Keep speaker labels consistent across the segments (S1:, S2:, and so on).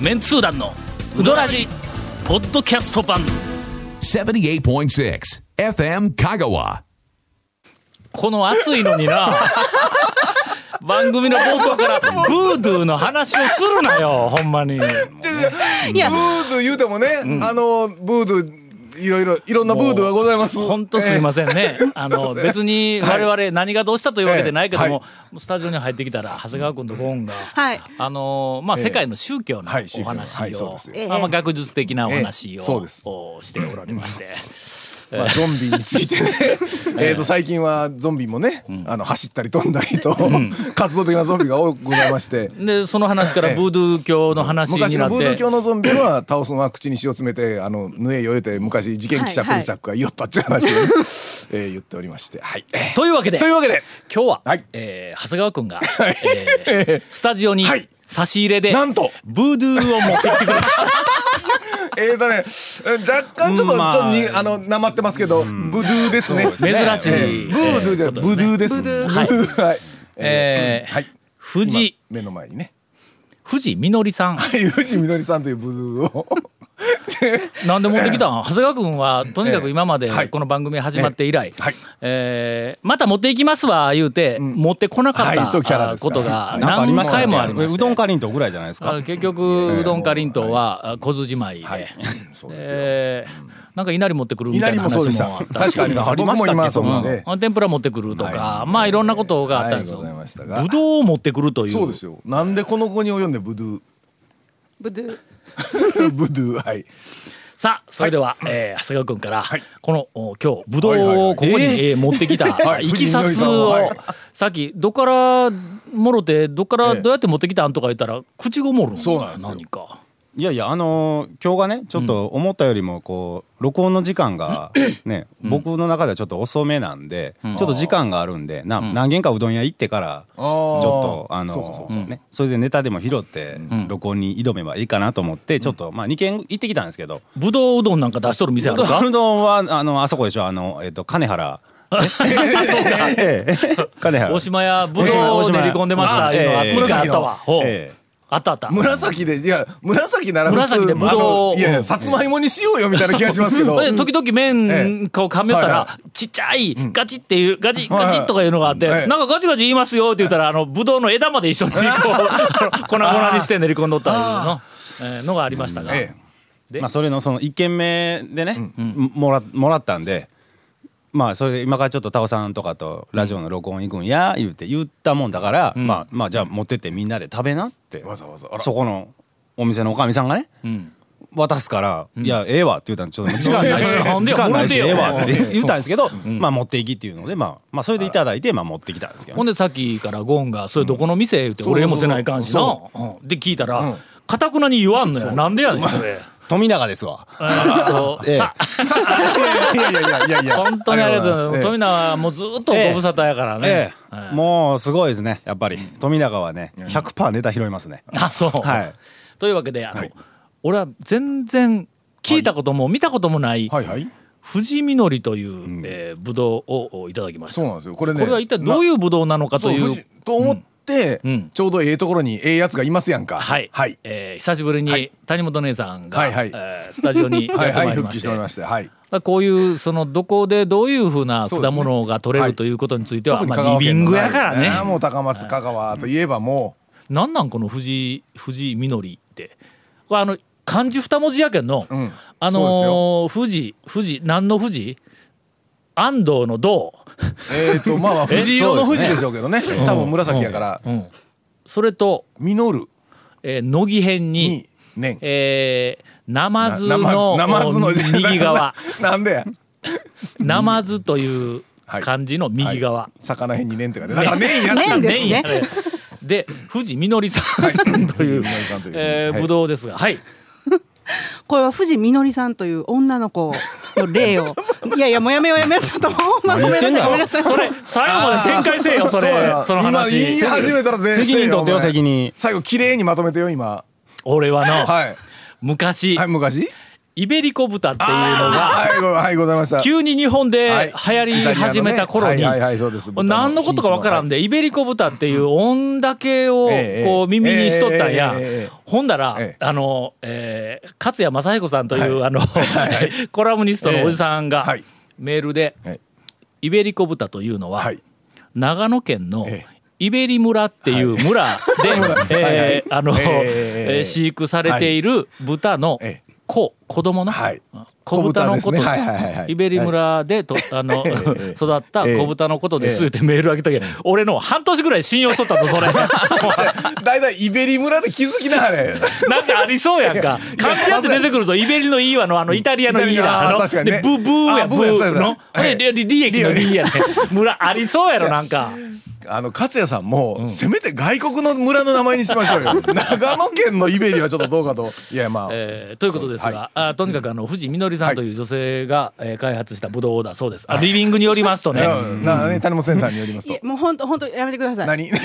S1: メンツー団のウドラジポッドキャスト版
S2: 78.6 FM Kagawa.
S1: この暑いのに な番組の冒頭からブードゥーの話をするなよほんまに
S3: いや
S4: ブードゥ言うてもね、あのブードゥいろいろいろんなブードゥがございます
S1: 本当すみませんね、あの別に我々何がどうしたというわけでないけども、
S4: ええは
S1: スタジオに入ってきたら長谷川君とゴーンが、
S3: はい
S1: あのまあ、世界の宗教の
S4: はい宗
S1: お
S4: 教のはい
S1: 話
S4: そう
S1: を
S4: です、
S3: ええ
S1: まあ、まあ学術的なお話
S4: え
S1: を、
S4: えそうです
S1: おしておられまして、
S4: まあ、ゾンビについて ねえーと最近はゾンビもね、あの走ったり飛んだりと、活動的なゾンビが多くございま して
S1: でその話から
S4: ええ
S1: ブードゥー教の話になっ
S4: 昔
S1: て、
S4: のブードゥ教のゾンビは倒すのは口に塩詰めてあの縫えよえて昔事件記者
S3: はいは
S4: プ
S3: い
S4: リチャックが言おったっていう話 をね、えー言っておりましてはい
S1: というわけで
S4: というわけで
S1: 今日は、
S4: はい
S1: えー長谷川君が、えースタジオに
S4: はい
S1: 差し入れで、
S4: なんと
S1: ブードゥーを持ってきてくれました
S4: えーとね若干ちょっと,、
S1: まあ
S4: ちょっとにあのなまってますけど、ブドゥですね
S1: ね珍しい
S4: えーブードゥじゃないブドゥですブドゥ
S1: はい
S4: はい
S1: えー
S4: はい
S1: 藤井
S4: 今目の前にね
S1: 藤井みのりさん
S4: 藤みのりさんというブドゥを
S1: なんで持ってき たん長谷川君はとにかく今まで
S4: ええはい
S1: この番組始まって以来、え
S4: ええはい
S1: ーまた持っていきますわ言うて、持ってこなかった、
S4: はいとキャラ
S1: あ
S4: です
S1: こ
S4: ね
S1: とが
S4: はい
S5: なんかあり
S1: 何
S5: ました
S1: 回
S5: ね
S1: もありまし
S5: う
S1: て
S5: どんかりんとうぐらいじゃないですか
S1: あ結局うどんかりんとうはあ小津じまいで、
S4: はいそうですよ
S1: えーなんか稲荷持ってくるみ
S4: 稲
S1: たい
S4: 荷
S1: な
S4: もそうでし
S1: 話
S4: た
S1: もあっ
S4: 確
S1: たし
S4: かに
S5: あり
S4: 僕
S5: ま
S4: も
S5: したっけ
S4: 今そうなんで、
S1: うん天ぷら持ってくるとか、まあいろんなことがあったんですよ、
S4: はいございましたが
S1: ぶどうを持ってくるという
S4: そうですよなんでこの子に及んでブドゥ
S3: ブドゥ
S4: ブドゥはい
S1: さあそれでは、えー長谷川君から、
S4: はい
S1: このお今日ぶど
S4: はいはいは
S1: うを
S4: い
S1: ここに、えー持ってきた、
S4: はい
S1: い、きさつを、
S4: 藤井みのりさんははい
S1: さっきどっからもろてどっから
S4: ええ
S1: どうやって持ってきたんとか言ったら口ごもるの
S4: そうなんですよ
S1: 何か
S5: いやいやあのー今日がねちょっと思ったよりもこう録音の時間がね、僕の中ではちょっと遅めなんで、ちょっと時間があるんでな、何軒かうどん屋行ってからち
S4: あ
S5: ょ
S4: ー
S5: っとあの
S4: そうかそうか
S5: ーね、それでネタでも拾って録音に挑めばいいかなと思って、ちょっとまあ2軒行ってきたんですけど、
S1: ぶどううどんなんか出しとる店あ
S5: う
S1: るか
S5: どんうどんはあのあそこでしょあの、えっと金原 ええ 金原
S1: 大島屋ぶどう
S5: 大
S1: を練
S5: 島屋
S1: り込んでました、
S5: あ
S1: いうのがあっ
S5: え
S1: た
S5: え
S1: 一回あったわ、ほう
S5: ええ
S1: あったあった
S4: 紫でいや紫なら普
S1: 紫
S4: 通
S1: でブドウを
S4: あのいやいやさつまいもにしようよみたいな気がしますけど
S1: え時々麺こう噛みよったら、
S4: はいは
S1: ちっちゃいガチっていう、ガチ
S4: はい
S1: ガチとかいうのがあって、
S4: ええ
S1: なんかガチガチ言いますよって言ったらあのブドウの枝まで一緒にこうあの粉々にして練り込んどったいうの,、えーのがありましたが、
S4: ええ
S1: で
S5: まあ、それのその1軒目でね、もらもらったんでまあそれで今からちょっとタオさんとかとラジオの録音行くんや言うて言ったもんだから、まあ、まあじゃあ持ってってみんなで食べなって
S4: わざわざあら
S5: そこのお店のおかみさんがね、渡すから「いやええわ」って言ったんでちょっ ともう時間ないし
S1: なんで
S5: 時間ないし
S1: も
S5: え
S1: ろてよ
S5: えわって言ったんですけど、まあ持っていきっていうので、まあ、まあそれでいただいてまあ持ってきたんですけど
S1: ほん
S5: ね、
S1: でさっきからゴンが「それどこの店?」言って「俺もせないかんしな」うんで聞いたらかたくなに言わんのよなんでやねんそれ。
S5: 富永ですわ。
S1: えーっと
S5: ええ
S1: さ
S4: いやいやいやいやいや
S1: 本当にありがとうございます富永はもうずっとご無沙汰やから
S5: え
S1: ね、
S5: えもうすごいですねやっぱり富永はね100%ネタ拾いますね。
S1: あそう、
S5: はい
S1: というわけであの、
S4: はい
S1: 俺は全然聞いたことも見たこともない、
S4: はいはい
S1: 藤みのりという、えーぶどうをおいただきました
S4: そうなんですよこれね
S1: これは一体どういうぶどうなのかとい
S4: そうう富士と思っ
S1: う
S4: て、
S1: んうん
S4: ちょうどええところにええやつがいますやんか
S1: はい、
S4: はい、
S1: えー久しぶり
S4: は
S1: に
S4: い
S1: 谷本姉さんが、
S4: はいはい
S1: えースタジオ にやって
S4: はいは
S1: ま
S4: い
S1: いり
S4: 復
S1: ま
S4: 帰し
S1: してて、
S4: おりましてはい
S1: まあこういうそのどこでどういうふうな
S4: そうで
S1: 果
S4: すね
S1: 物が取れ
S4: は
S1: る
S4: い
S1: ということについては、
S4: 特に香
S1: まあ、
S4: 川
S1: リビン
S4: 県の
S1: グ
S4: ね
S1: やからね
S4: ああもう高松香川といえばも
S1: なんなんこの藤井藤井みのりってこれあの漢字二文字やけんの、
S4: ん
S1: あ
S4: そうです
S1: のー、富士富士何の富士安藤の銅
S4: うえっ、とまあまあ藤色の富士でしょうけどね多分紫やから
S1: それと、
S4: 実る
S1: えー、乃木編に
S4: に年
S1: えー、ナマズ
S4: な
S1: の
S4: なまず
S1: お
S4: の
S1: 右側
S4: なんで
S1: ナマズという
S4: はい
S1: 漢字の右側、
S4: 魚辺に年ってかねなんか年やった
S3: 年ですね
S1: 麺やねで藤みのりさんという、えー、ぶどうですがはい
S3: これは藤みのりさんという女の子の例をいやいやもうやめようやめようちょっともう、まあ、ごめんなさいごめんなさい
S1: それ最後まで展開せえよそれ
S4: や
S1: その
S4: 今言い
S1: 話
S4: 始めたら全然
S5: 責任取ってよ
S4: お前
S5: 責任
S4: 最後綺麗にまとめてよ今
S1: 俺はの、
S4: はい
S1: 昔、
S4: はい昔
S1: イベリコ豚っていうのが
S4: はいごはいございました
S1: 急に日本で
S4: はい
S1: 流行り始めた頃に
S4: イタリアのねはいはいはいそうです
S1: 何のことかわからんでイベリコ豚っていう音だけを
S4: ええ
S1: こう耳にしとったんや
S4: ええええええ
S1: ほんだら
S4: ええ
S1: あのえー勝谷正彦さんというあの コラムニストのおじさんが
S4: ええはい
S1: メールで
S4: ええ
S1: 「イベリコ豚というのは
S4: はい
S1: 長野県の
S4: ええ
S1: イベリ村っていう村で、えーあの、
S4: えええ
S1: えー飼育されている豚の
S4: ええ
S1: 子、子供な、
S4: はい
S1: 子豚のこと、
S4: 子豚ですねはいはいはいはい
S1: イベリ村でと、あの、
S4: え
S1: 育った子豚のことですってメールあげたけど、俺の半年ぐらい信用しとったぞ、そ れ。
S4: だいたいイベリ村で気づきなはれ
S1: なんかありそうやんか。漢字だって出てくるぞ。イベリのいいわの、あの、イタリアのいいわ。
S4: イタリア
S1: の
S4: あー確かに
S1: で、
S4: ね
S1: ブブーや、
S4: あ
S1: ブ
S4: ブーやそう
S1: ー
S4: や
S1: の。
S4: そうや
S1: で、利利益の利やね。村、ありそうやろ、なんか。
S4: あの勝也さんも、せめて外国の村の名前にしましょ うよ長野県のイベリはちょっとどうかといやまあ、
S1: えーということですが、
S4: そうです
S1: あとにかくあの藤みのりさんという女性が、えー開発したブドウだそうです。あリビングによりますとね。
S4: うんなね、谷本センターによります
S3: いえ
S4: と。
S3: もう本当本当やめてください。
S4: 何 ちょっ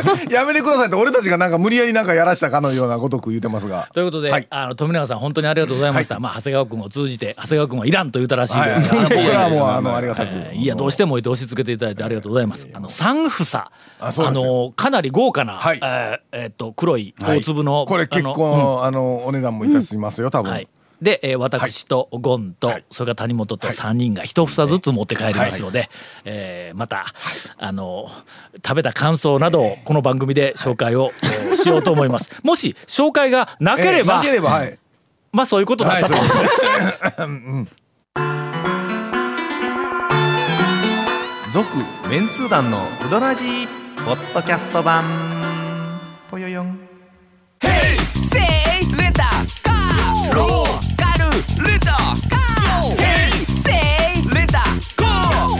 S4: と待ってやめてくださいって俺たちがなんか無理やりなんかやらしたかのようなごとく言うてますが
S1: ということで、
S4: はい
S1: あの富永さん本当にありがとうございました。まあ長谷川君を通じて長谷川君はいらんと言ったらしい
S4: はい
S1: ですが、
S4: 僕らはもうあ
S1: い
S4: の
S1: や
S4: ありがたく、
S1: えーいやどうしてもいいと押し付けていただいてありがとうございます。あの三房あ
S4: あそうですよ
S1: のかなり豪華な、
S4: はい
S1: えーえーっと黒い大粒の、
S4: これ結
S1: あの
S4: 構あの,、お値段もいたしますよ多分、
S1: はい、で、えー私とゴンと、
S4: はい
S1: それから谷本と3人が一房ずつ持って帰りますので、えーまた、あの食べた感想などをこの番組で紹介を、えーしようと思い ます。もし紹介がなけれ
S4: えー
S1: ば、
S4: なければはい、
S1: まあそういうことだっ
S4: はい
S1: たと、
S4: そうです
S6: 続メンツー団のウドラジーポッドキャスト版ぽよよん
S7: せいレンタカーローカルレンタカーヘイセイレンタカー
S8: わ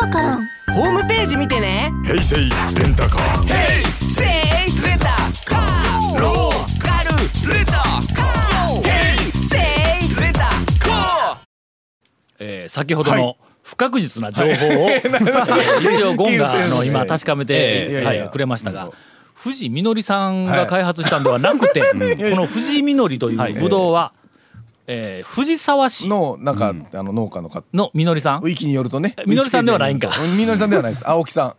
S8: けわからん
S7: ホームページ見てねヘイセイレンタカーヘイセイレンタカーローカルレンタカーヘイセイレンタカー
S1: えー先ほどの、不確実な情報を、 一応ゴンがあの今確かめて、
S4: いやいや
S1: はい
S4: いや
S1: くれましたが藤みのりさんが開発したんではなく て、この藤みのりというブドウは、えー藤沢市
S4: のなんか、あの農家の方
S1: のみのりさん
S4: ウィキによるとね
S1: みのりさんではないんか
S4: ウィキペディアによるとみのりさんではないです青木さん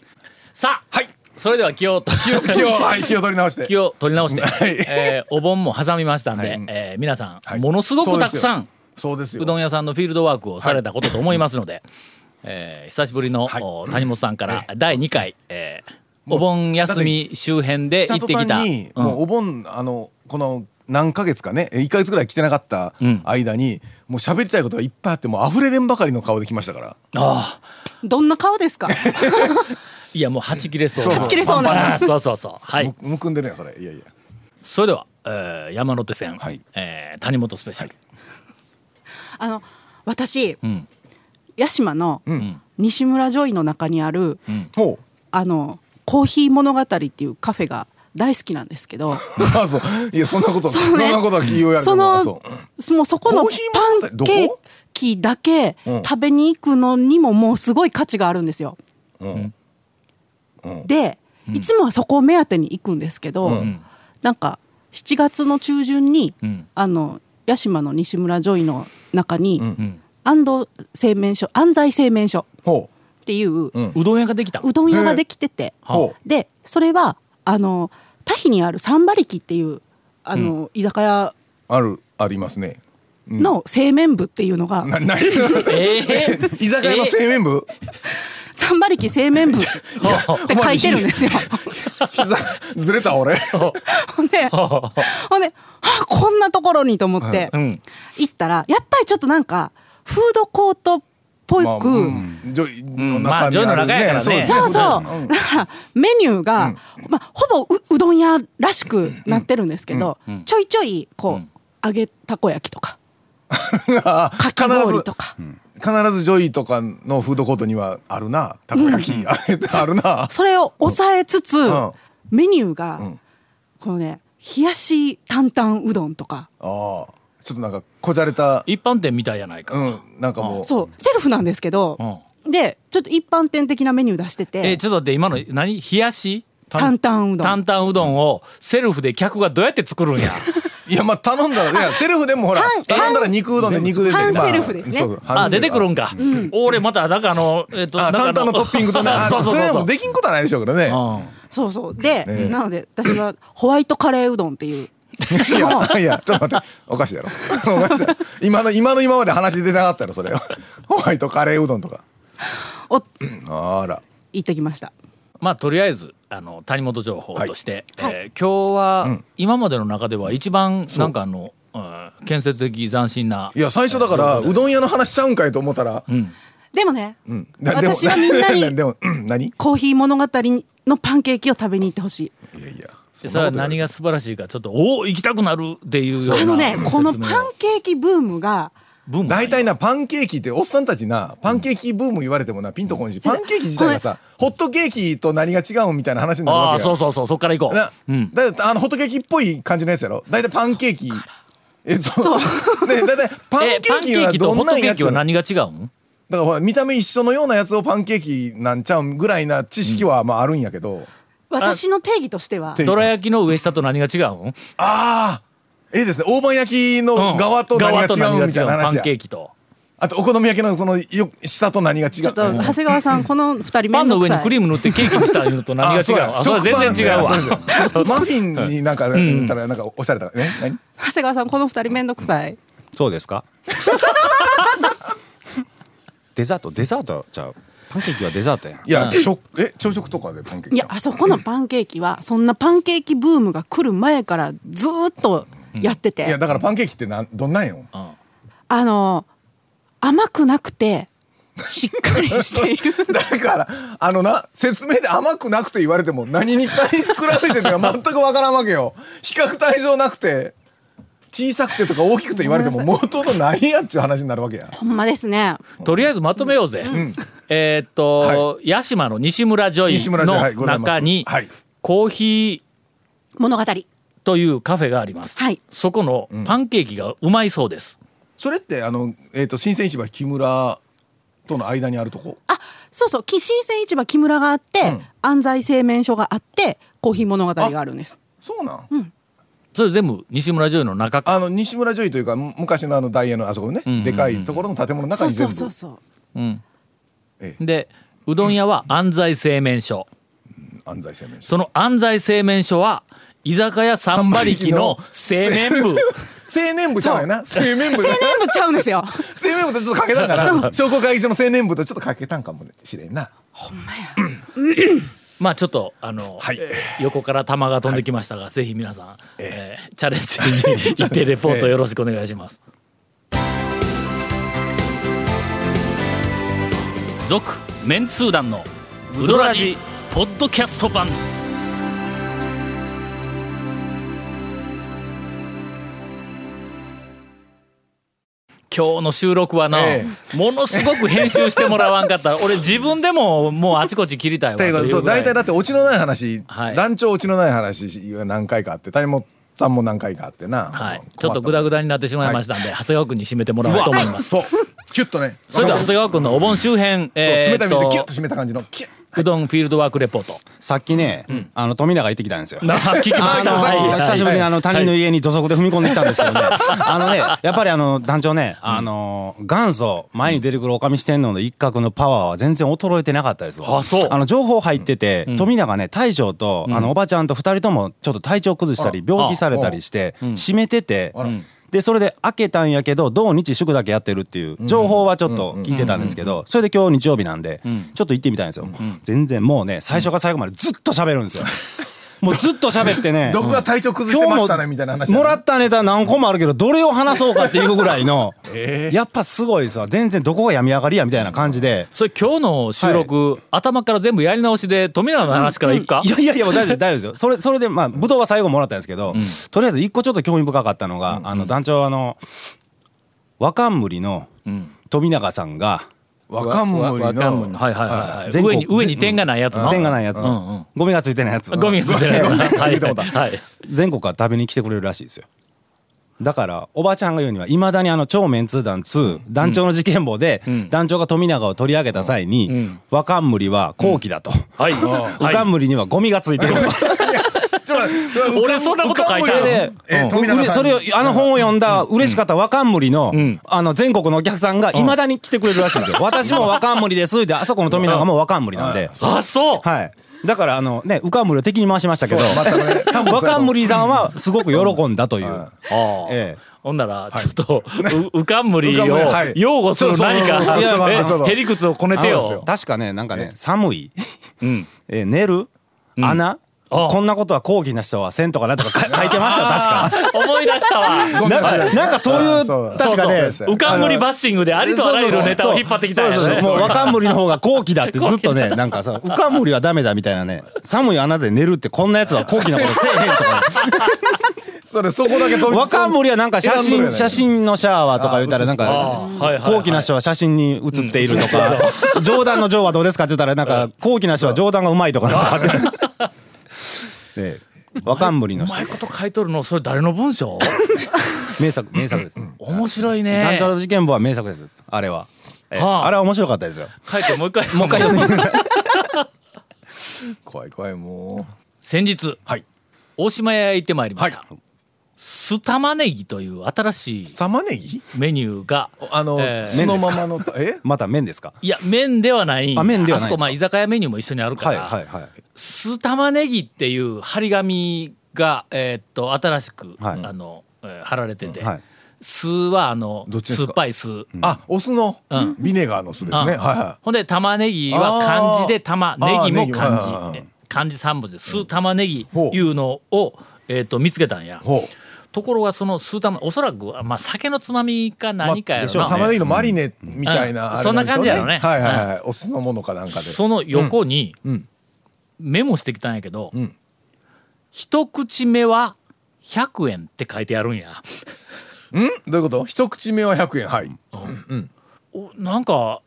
S1: さあ、
S4: はい
S1: それでは気を
S4: 気を 気をはい気を取り直して
S1: 気を取り直して、
S4: はい
S1: えーお盆も挟みましたんで、
S4: はい
S1: えー皆さん、
S4: はい
S1: ものすごくたくさん
S4: そうですよ
S1: うどん屋さんのフィールドワークをされたことと思いますので、 えー久しぶりの、
S4: はい
S1: お谷本さんから第2回、えーお盆休み周辺で
S4: 来た
S1: 行って
S4: 途
S1: きた
S4: 端に、
S1: うん
S4: もうお盆あのこの何ヶ月かね1ヶ月ぐらい来てなかった間に、もう喋りたいことがいっぱいあってもう溢れ出んばかりの顔で来ましたから
S1: ああ
S3: どんな顔ですか。
S1: いやもうはち切れそう
S4: そうそうはち切れそうな
S1: あーそうそうそうはい
S4: むむくんでるやんそれいやいや
S1: それでは、えー山手線、
S4: はい
S1: えー谷本スペシャル、
S3: あの私、
S1: ん
S3: 屋島の西村ジョイの中にある、
S4: ほう
S3: あのコーヒー物語っていうカフェが大好きなんですけど、
S4: あそういやそんな ことそ,、
S3: そうね
S4: んなことは言うやるけ
S3: そ
S4: どな
S3: の
S4: そ
S3: もうそこの
S4: コ
S3: パ
S4: ーヒー物語
S3: ンケー
S4: どこ
S3: キだけ
S4: うん
S3: 食べに行くのにももうすごい価値があるんですよ。で、いつもはそこを目当てに行くんですけど、なんか7月の中旬に、
S1: ん
S3: あの屋島の西村ジョイの中に、安藤製麺所安西製麺所
S4: うほ
S3: っていう
S4: うん
S1: うどん屋ができた
S3: うどん屋ができてて、
S4: へーほ
S3: でそれはあのタヒにあるサンバリキっていうあの、居酒屋
S4: うあるありますね
S3: の製麺部っていうのが、
S4: なない
S1: えー
S4: 居酒屋の製麺部、
S3: サンバリキ製麺部って書いてるんですよ。
S4: 膝ずれ た俺
S3: ほんで、ほんで、あこんなところにと思って
S1: うん
S3: 行ったら、やっぱりちょっとなんかフードコートっぽ
S4: まあ、
S3: く、
S4: うん、ジョイの
S1: まあジ
S4: 中
S1: ョ
S4: に
S1: イの
S4: ある、
S1: 中やからね
S4: そうですね
S3: そうそう、
S4: ん
S3: だからメニューが、まあ、ほぼううどん屋らしくなってるんですけど、ちょいちょいこう、揚げたこ焼きとかかき氷とか、
S4: 必ずジョイとかのフードコートにはあるなたこ焼き、あれあるな
S3: それを抑えつつ、
S4: ん
S3: メニューが、
S4: ん
S3: このね冷やし担々うどんとか
S4: ああちょっとなんかこじゃれた
S1: 一般店みたいやないか、
S4: うんなんかもう
S3: そうセルフなんですけど、でちょっと一般店的なメニュー出してて、
S1: えーちょっと待って今の何冷やし
S3: 担々うどん
S1: 担々うどんをセルフで客がどうやって作るんや
S4: いやまあ頼んだらいやセルフでもほら
S3: 半
S4: 頼んだら肉うどんで肉出て
S3: 半
S4: まあ
S3: セルフですね
S4: そう半
S1: あ
S4: セ
S1: 出
S4: ル
S1: て
S4: フ
S1: くるんか、俺またなんかあのえっ、と
S4: あ
S1: なん
S4: 担
S1: か
S4: 々のトッピング とねあ
S1: そうそ
S4: そうれは
S1: そ
S4: もう
S1: う
S4: できんことはないでしょうけどね
S1: うん
S3: そうそうで、
S4: え
S3: なので私はホワイトカレーうどんっていう
S4: いやいやちょっと待っておかしいやろおかしいやろ今の今の今まで話出てなかったやろそれホワイトカレーうどんとか
S3: を
S4: あら
S3: 行ってきました
S1: まあとりあえずあの谷本情報として、えー今日は、今までの中では一番なんかあの、うん建設的斬新ない
S4: や最初だからうどん屋の話しちゃうんかいと思ったら
S3: でもね、
S4: うんなでも
S3: 私はみんな
S4: な
S3: に
S4: でもうん何
S3: コーヒー物語のパンケーキを食べに行ってほしい
S4: いやいや
S1: それは何が
S4: が
S1: 素晴らしいかちょっとおお行きたくなるっていうような
S3: あのねこのパ
S1: 説明
S3: ン
S1: を
S3: ケーキブームが
S1: ブーム
S4: 大体なパンケーキっておっさんたちなパンケーキブーム言われてもなピンとこんしパンケーキ自体がさホットケーキと何が違うんみたいな話になるわけ
S1: あ
S4: や
S1: あそうそうそうそっから行こ
S4: な
S1: う、うん、
S4: だいたいあのホットケーキっぽい感じのやつやろ大体パンケーキえそう で大体パン
S1: え
S4: ケ
S1: パ
S4: ー
S1: ン
S4: キ
S1: ケー
S4: は
S1: キと
S4: ど
S1: ホ
S4: ん
S1: ッ
S4: な
S1: ト
S4: ん
S1: ケ
S4: や
S1: ー
S4: っ
S1: キ
S4: ちゅう
S1: は何
S4: のだ
S1: が違うん
S4: からほら見た目一緒のようなやつをパンケーキなんちゃうぐらいな知識はまああるんやけど
S3: 私の定義としては
S4: て
S1: どら焼きの上下と何が違うん
S4: ああええですね大判焼き
S1: うん
S4: の側と何が
S1: 側と
S4: 違うみたいな
S1: パン
S4: 話や
S1: ケーキと
S4: あとお好み焼きのそのよ下と何が違
S3: ちょっ
S4: う
S3: と長谷川さんこの二人
S1: パ
S3: 面
S1: ンの
S3: 倒く
S1: 上
S3: さ
S1: に
S3: い
S1: クリーム塗ってケーキにしたいうのと何が違うあそれは全然違うわ
S4: わ マフィンになんか言ったらなんかおしゃれだからね何
S3: 長谷川さんこの二人面倒くさい
S5: そうですかデザートデザートちゃうパンケーキはデザートやん
S4: いや食え朝食とかでパンケーキ
S3: いやあそこのパンケー キはそんなパンケーキブームが来る前からずーっとやってて、
S4: いやだからパンケーキってなんどんなんよ
S3: あの甘くなくてしっかりしている
S4: だからあのな説明で甘くなくて言われても何に対し比べてるのか全くわからんわけよ比較対象なくて小さくてとか大きくて言われても元の何やっちゅう話になるわけや
S3: ほんまですね
S1: とりあえずまとめようぜ。えーっと、八島の西村ジョ
S4: 西村
S1: イ
S4: ジョイはいご
S1: の
S4: ざいます
S1: 中に
S4: はい
S1: コーヒー
S3: 物語は
S1: というカフェがあります。
S3: はい
S1: そこのパンケーキがうまいそうです。
S4: それってあの、えー、と新鮮市場木村との間にあるとこ
S3: あそうそうき新鮮市場木村があって、安西製麺所があってコーヒー物語があるんです
S4: そうなん、
S1: それ全部西村ジョイの中か。
S4: あの西村ジョイというかむ昔のあのダイエーのあそこのね、でかいところの建物の中
S3: そう
S4: に
S3: そ
S4: 全
S3: う
S4: 部
S3: そうそう
S1: で、うどん屋は安西製麺所。
S4: 安西製麺所
S1: その安西製麺所は居酒屋三馬力の製麺部。
S4: 青年部ちゃうよな青年部
S3: 青年部ちゃうん ですよ
S4: 青年部とちょっとかけたから商工会議所の青年部とちょっとかけたんかもしれんな
S3: ほんまや
S1: まあちょっとあの、
S4: はい
S1: えー横から球が飛んできましたが、ぜひ皆さん、えーチャレンジに行ってレポートよろしくお願いします。続、メンツー団のウドラジポッドキャスト版。今日の収録はな、
S4: え
S1: ものすごく編集してもらわんかったら俺自分でももうあちこち切りたいわ
S4: だけど
S1: とい
S4: そうう
S1: ぐらい
S4: 大体だってオチのない話、
S1: はい
S4: 団長オチのない話が何回かあって谷本さんも何回かあってな、
S1: はい
S4: 困、
S1: ちょっとグダグダになってしまいましたんで、長谷川君に締めてもらおうと思います。
S4: そうキュッとね
S1: それでは長谷川君のお盆周辺、
S4: そう
S1: えー
S4: 冷たい水でキュッ
S1: っ
S4: と締めた感じのキュッ
S1: とうどんフィールドワークレポート。
S5: さっきね、あの富永行ってきたんですよ
S1: な聞きま
S5: あ
S1: した。
S5: の
S1: はいはい
S5: 久しぶりにあ
S1: は
S5: の
S1: い
S5: 他人の家に土足で踏み込んできたんですけどね、あのねやっぱりあの団長ね、あの元祖前に出てくるおかみ四天王の一角のパワーは全然衰えてなかったですわ
S1: あそう
S5: の情報入ってて、富永ね大将と、あのおばちゃんと二人ともちょっと体調崩したり病気されたりして締めてて。でそれで開けたんやけど土日祝だけやってるっていう情報はちょっと聞いてたんですけどそれで今日日曜日なんでちょっと行ってみたいんですよ全然もうね最初から最後までずっと喋るん ですよもうずっと喋って ね
S4: 毒が体調崩してましたねみたいな話や
S5: も
S4: ね
S5: らったネタ何個もあるけどどれを話そうかっていうぐら いの、やっぱすごいですわ全然どこが病み上がりやみたいな感じで。
S1: それ今日の収録、頭から全部やり直しで富永の話からいくか、
S5: いやいやいやもう大丈夫大丈夫ですよそれそれでまあぶどうは最後もらったんですけど、とりあえず一個ちょっと興味深かったのが、あの団長はあの若冠の富永さんが
S4: 若
S1: わ
S4: 森
S1: かんむり
S4: の
S1: のはいはいはい、はい、
S5: 全
S1: 上
S5: 国
S1: に上に点がないやつの
S5: 点がないやつ
S1: うんうん
S5: のゴミがついてないやつ
S1: ゴミがついてるやつなはい
S4: 言うてもうた
S1: はい
S5: 全国から食べに来てくれるらしいですよだからおばちゃんが言うにはいまだにあの超メンツー団2団長の事件簿で団長が富永を取り上げた際に若冠は後期だと
S1: はい
S5: うかんむりにはゴミがついてる
S4: いやちょっと待って
S1: 俺そんなこと書いてあ
S5: そ
S1: る
S5: れで、
S6: え
S5: うん
S6: 富永さんに
S5: それをあの本を読んだ嬉しかった若んむりの、あの全国のお客さんがいまだに来てくれるらしいんですよ。私も若んむりですであそこの富永も若んむりなんで、
S1: あそう
S5: はい。だからあのね、うかんむりを敵に回しましたけど、
S4: そう全くね多分そうやと思う
S5: 若んむりさんはすごく喜んだという。
S1: ああ
S5: ええ
S1: ほんならちょっとううかんむり
S4: うかんむり
S1: を
S4: はい
S1: 擁護する何か
S4: そう
S5: そうそう
S1: え
S4: そうそう
S1: へりくつをこねて
S4: そうです
S1: よ
S4: よ
S5: 確かねなんかね寒い、
S1: ん
S5: えー寝る、穴
S1: あ
S5: こんなことは高義な人はせんとかなんとか書い書い てましたよ確か。
S1: 思い出したわ
S5: なんかなんかそうい
S4: あ
S5: う
S4: そう
S5: 確かね
S4: そう
S1: うかんむりバッシングでありとあらゆるネタを引っ張ってきたんや
S5: そうそうそう
S1: ね
S5: もう若むりの方が高貴だってずっ とねなんかさ「若むりはダメだ」みたいなね「寒い穴で寝るってこんなやつは高貴なことせえへん」とか
S4: それそこだけ飛び
S5: 若むりはなんか写
S4: 選んどるや
S5: 真
S4: ない
S5: 写真のシャワーとか言ったらなんか
S1: あーはいはい
S5: 高貴な人は写真に写っているとか 冗談の「冗」はどうですかって言ったらなんか高貴な人は冗談がうまいとかなんとかって。ね若むりの
S1: う
S5: 人
S1: まいこと書いとるのそれ誰の文章
S5: 名作名作ですね。
S1: 面白いね
S5: 団長の事件簿は名作ですあれは。ええ
S1: はあ
S5: あれは面白かったですよ。
S1: 書いてもう一回もう一回
S4: 怖い怖いもう
S1: 先日
S4: はい
S1: 大島屋へ行ってまいりました、酢玉ねぎという新しい
S4: 玉ねぎ
S1: メニューが
S4: あの、
S1: えー
S4: そのままのえ
S5: また麺ですか。
S1: いや麺ではない
S5: あ麺ではな
S1: あ
S5: いんですか
S1: そこまあ居酒屋メニューも一緒にあるか
S5: はい
S1: ら、
S5: はいはい。
S1: 酢玉ねぎっていう張り紙が、えーっと新しく、
S5: はい
S1: あのえー貼られてて、
S5: はい
S1: 酢はあの
S4: どっちです
S1: 酸
S4: か
S1: っぱい酢、
S4: あお酢の、
S1: ん
S4: ビネガーの酢ですね
S1: あ
S4: はいは
S1: ほんで玉ねぎは漢字で玉
S4: あー
S1: ねぎも漢
S4: あーネギ
S1: 字
S4: は
S1: 漢字三文字で酢玉ねぎ
S4: ほう
S1: いうのを、えーっと見つけたんや
S4: い。ほう
S1: ところがその酢玉おそらくは、まあ、酒のつまみか何かやろ
S4: でしょ
S1: な、
S4: 玉ねぎのマリネみたいな、
S1: うん
S4: あれんでしょう
S1: そんな感じやろね
S4: はいはいはい、お酢のものかなんかで
S1: その横に
S4: ん
S1: メモしてきたんやけど、
S4: ん
S1: 一口目は100円って書いてあるんや
S4: んどういうこと一口目は100円はい
S1: おなんか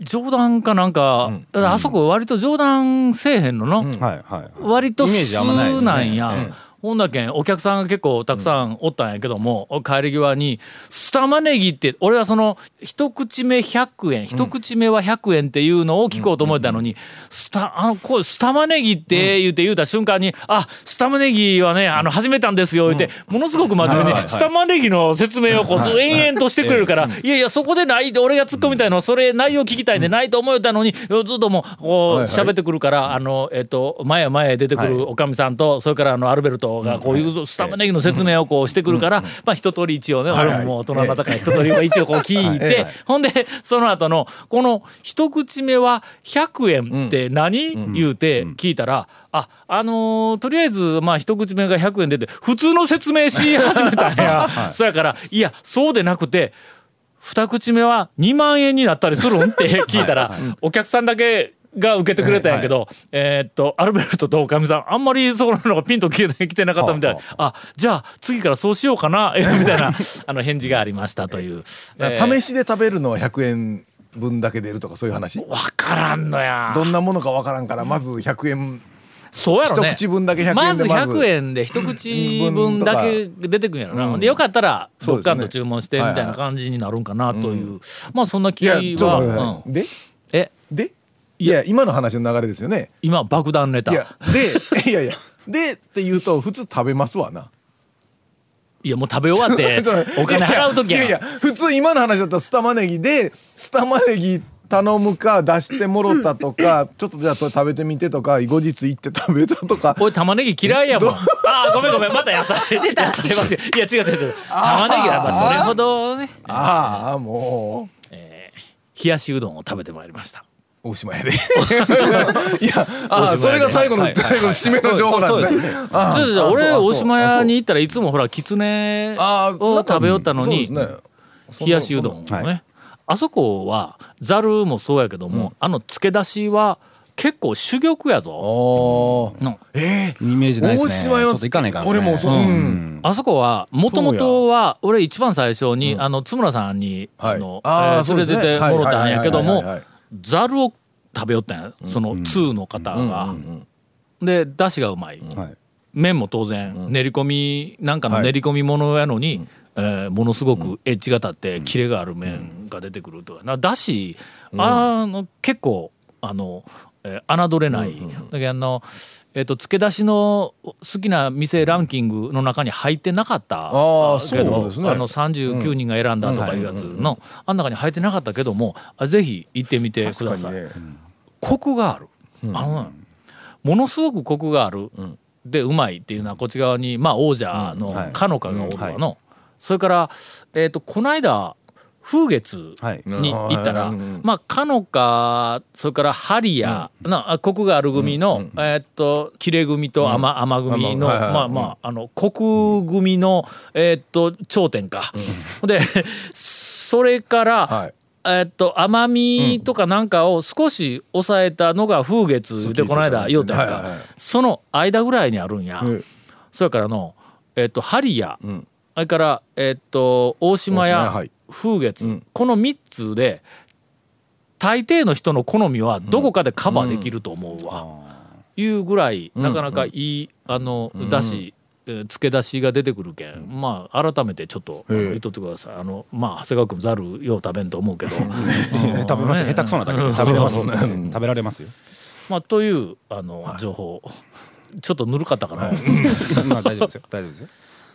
S1: 冗談かなんか、あそこ割と冗談せえへんのな、
S5: はいはい。
S1: 割と
S5: イメージあんまないで
S1: 素
S5: すね
S1: なんや、ほんだけんお客さんが結構たくさんおったんやけども、帰り際に「酢玉ねぎ」って俺はその一口目100円一口目は100円っていうのを聞こうと思ったのに「酢たあのこう酢玉ねぎ」って言って言うた瞬間に「あ酢玉ねぎはねあの始めたんですよ」言って、ものすごく真面目に酢玉ねぎの説明をこう延々としてくれるから「いやいやそこでないで俺が突っ込みたいのはそれ内容聞きたいんでないと思えたのにずっともうこう
S4: はいはい
S1: 喋ってくるからあのえっと前へ前へ出てくるおかみさんとそれからあのアルベルトがこういうスタマネギの説明をこうしてくるからまあ一通り一応ね
S4: い
S1: 俺ももう大人の方から一通りは一応こう聞いてほんでその後のこの一口目は100円って何言うて聞いたらああのーとりあえずまあ一口目が100円出て普通の説明し始めたんや そやからいやそうでなくて二口目は2万円になったりするんって聞いたらお客さんだけが受けてくれたんやけどえーっとアルベルトとおかみさんあんまりそこらのがピンときてきてなかったみたい
S5: は
S1: あじゃあ次からそうしようかなみたい なあの返事がありましたという。えー
S4: 試しで食べるのは100円分だけ出るとかそういう話
S1: わからんのや
S4: どんなものかわからんからまず100円
S1: そうやろね
S4: 一口分だけ100円で
S1: まず
S4: まず
S1: 100円で一口分だけ出てくんやろな、
S4: うん
S1: でよかったら
S4: そう
S1: どっか
S4: ですね
S1: んと注文してみたいな感じになるんかなというまあそんな気
S4: いや
S1: は
S4: ちょっと待ってください、
S1: うん
S4: で
S1: え
S4: でいや今の話の流れですよね
S1: 今爆弾ネタ
S4: いやでいやいやでって言うと普通食べますわない
S1: やもう食べ終わって
S4: ちょっと
S1: お金払う時
S4: いやいや
S1: や
S4: いや普通今の話だったら酢玉ねぎで酢玉ねぎ頼むか出してもろたと かちょっとじゃあそれ食べてみてとか後日行って食べたとか
S1: おい玉ねぎ嫌いやもんああごめんごめんまた野 菜野菜忘 れいや違う違う違う玉ねぎはまあそれほどね
S4: ああもう
S1: 冷やしうどんを食べてまいりました
S4: 大 島屋でい
S1: 大島屋で
S4: やあーそれが最後の
S5: はいはいはい
S4: 最後の締めの情報なんですねあ
S1: そうそうそう
S4: あ
S1: 俺
S4: そう
S1: 大島屋に行ったらいつもほらきつね
S4: あー
S1: を
S4: なんか
S1: 食べよったのに
S4: そうですねそん
S1: 冷
S4: な
S1: やしうどんを
S5: そんなは
S1: ねあそこはざるもそうやけどもあのつけ出しは結構珠玉やぞ
S4: そんなあ
S1: の
S4: ーえ
S5: イメージないですね。ちょっと行かないかんですね。
S4: 俺もそう、
S5: う
S4: うんん、
S1: あそこはもともとは俺一番最初にあの津村さんに
S4: はい
S1: あの
S4: あー
S1: えー
S4: そうで
S1: 連
S4: すね
S1: れてってもろたんやけど
S4: はい
S1: も
S4: はいはいはいはい
S1: ざるを食べよったんやその通の方が。で出汁がうまい
S5: はい
S1: 麺も当然練り込みなんかの練り込みものやのにえーものすごくエッジが立ってキレがある麺が出てくるとかだしあの結構あのえー侮れない、だけどあの、えー、と付け出しの好きな店ランキングの中に入ってなかった
S4: あー
S1: けど
S4: そうですね
S1: あの39人が選んだとかいうやつの、あん中に入ってなかったけどもあぜひ行ってみてくだ
S4: 確か
S1: さい。
S4: にね
S1: コクがある、あのねものすごくコクがある、でうまいっていうのはこっち側にまあ王者の
S5: はい
S1: かのかがおるわの、それから、えー、とこの間風月
S5: はい
S1: に行ったら、
S4: うんうん
S1: まあかのかそれからハリア、なあコクがある組の、えっと切れ組と甘,、甘組の、
S4: 甘はいはいはい
S1: まあまああのコク組の、えっと頂点か。でそれから、
S4: はい
S1: えっと甘みとかなんかを少し抑えたのが風月でこの間言うたやん
S4: はいはい
S1: か
S4: はい
S1: その間ぐらいにあるんや、
S4: うん
S1: それからのえっとハリヤ、
S4: ん
S1: それからえっと大島
S4: 大島
S1: や
S4: 屋はい
S1: 風月、
S4: うん
S1: この3つで大抵の人の好みはどこかでカバーできると思うわ、いうぐらいなかなかいい、あのだし、えー付け出しが出てくるけん、まあ改めてちょっとあの
S4: ええ
S1: 言っとってくださいあのまあ長谷川君ざるよう食べんと思うけ ど
S5: 食べますよ下手くそなだけ
S1: う
S5: で
S1: ん
S5: 食べれますよ食べられますよ
S1: まあというあの、情報ちょっとぬるかったかな、
S5: まあ大丈夫ですよ大丈夫ですよ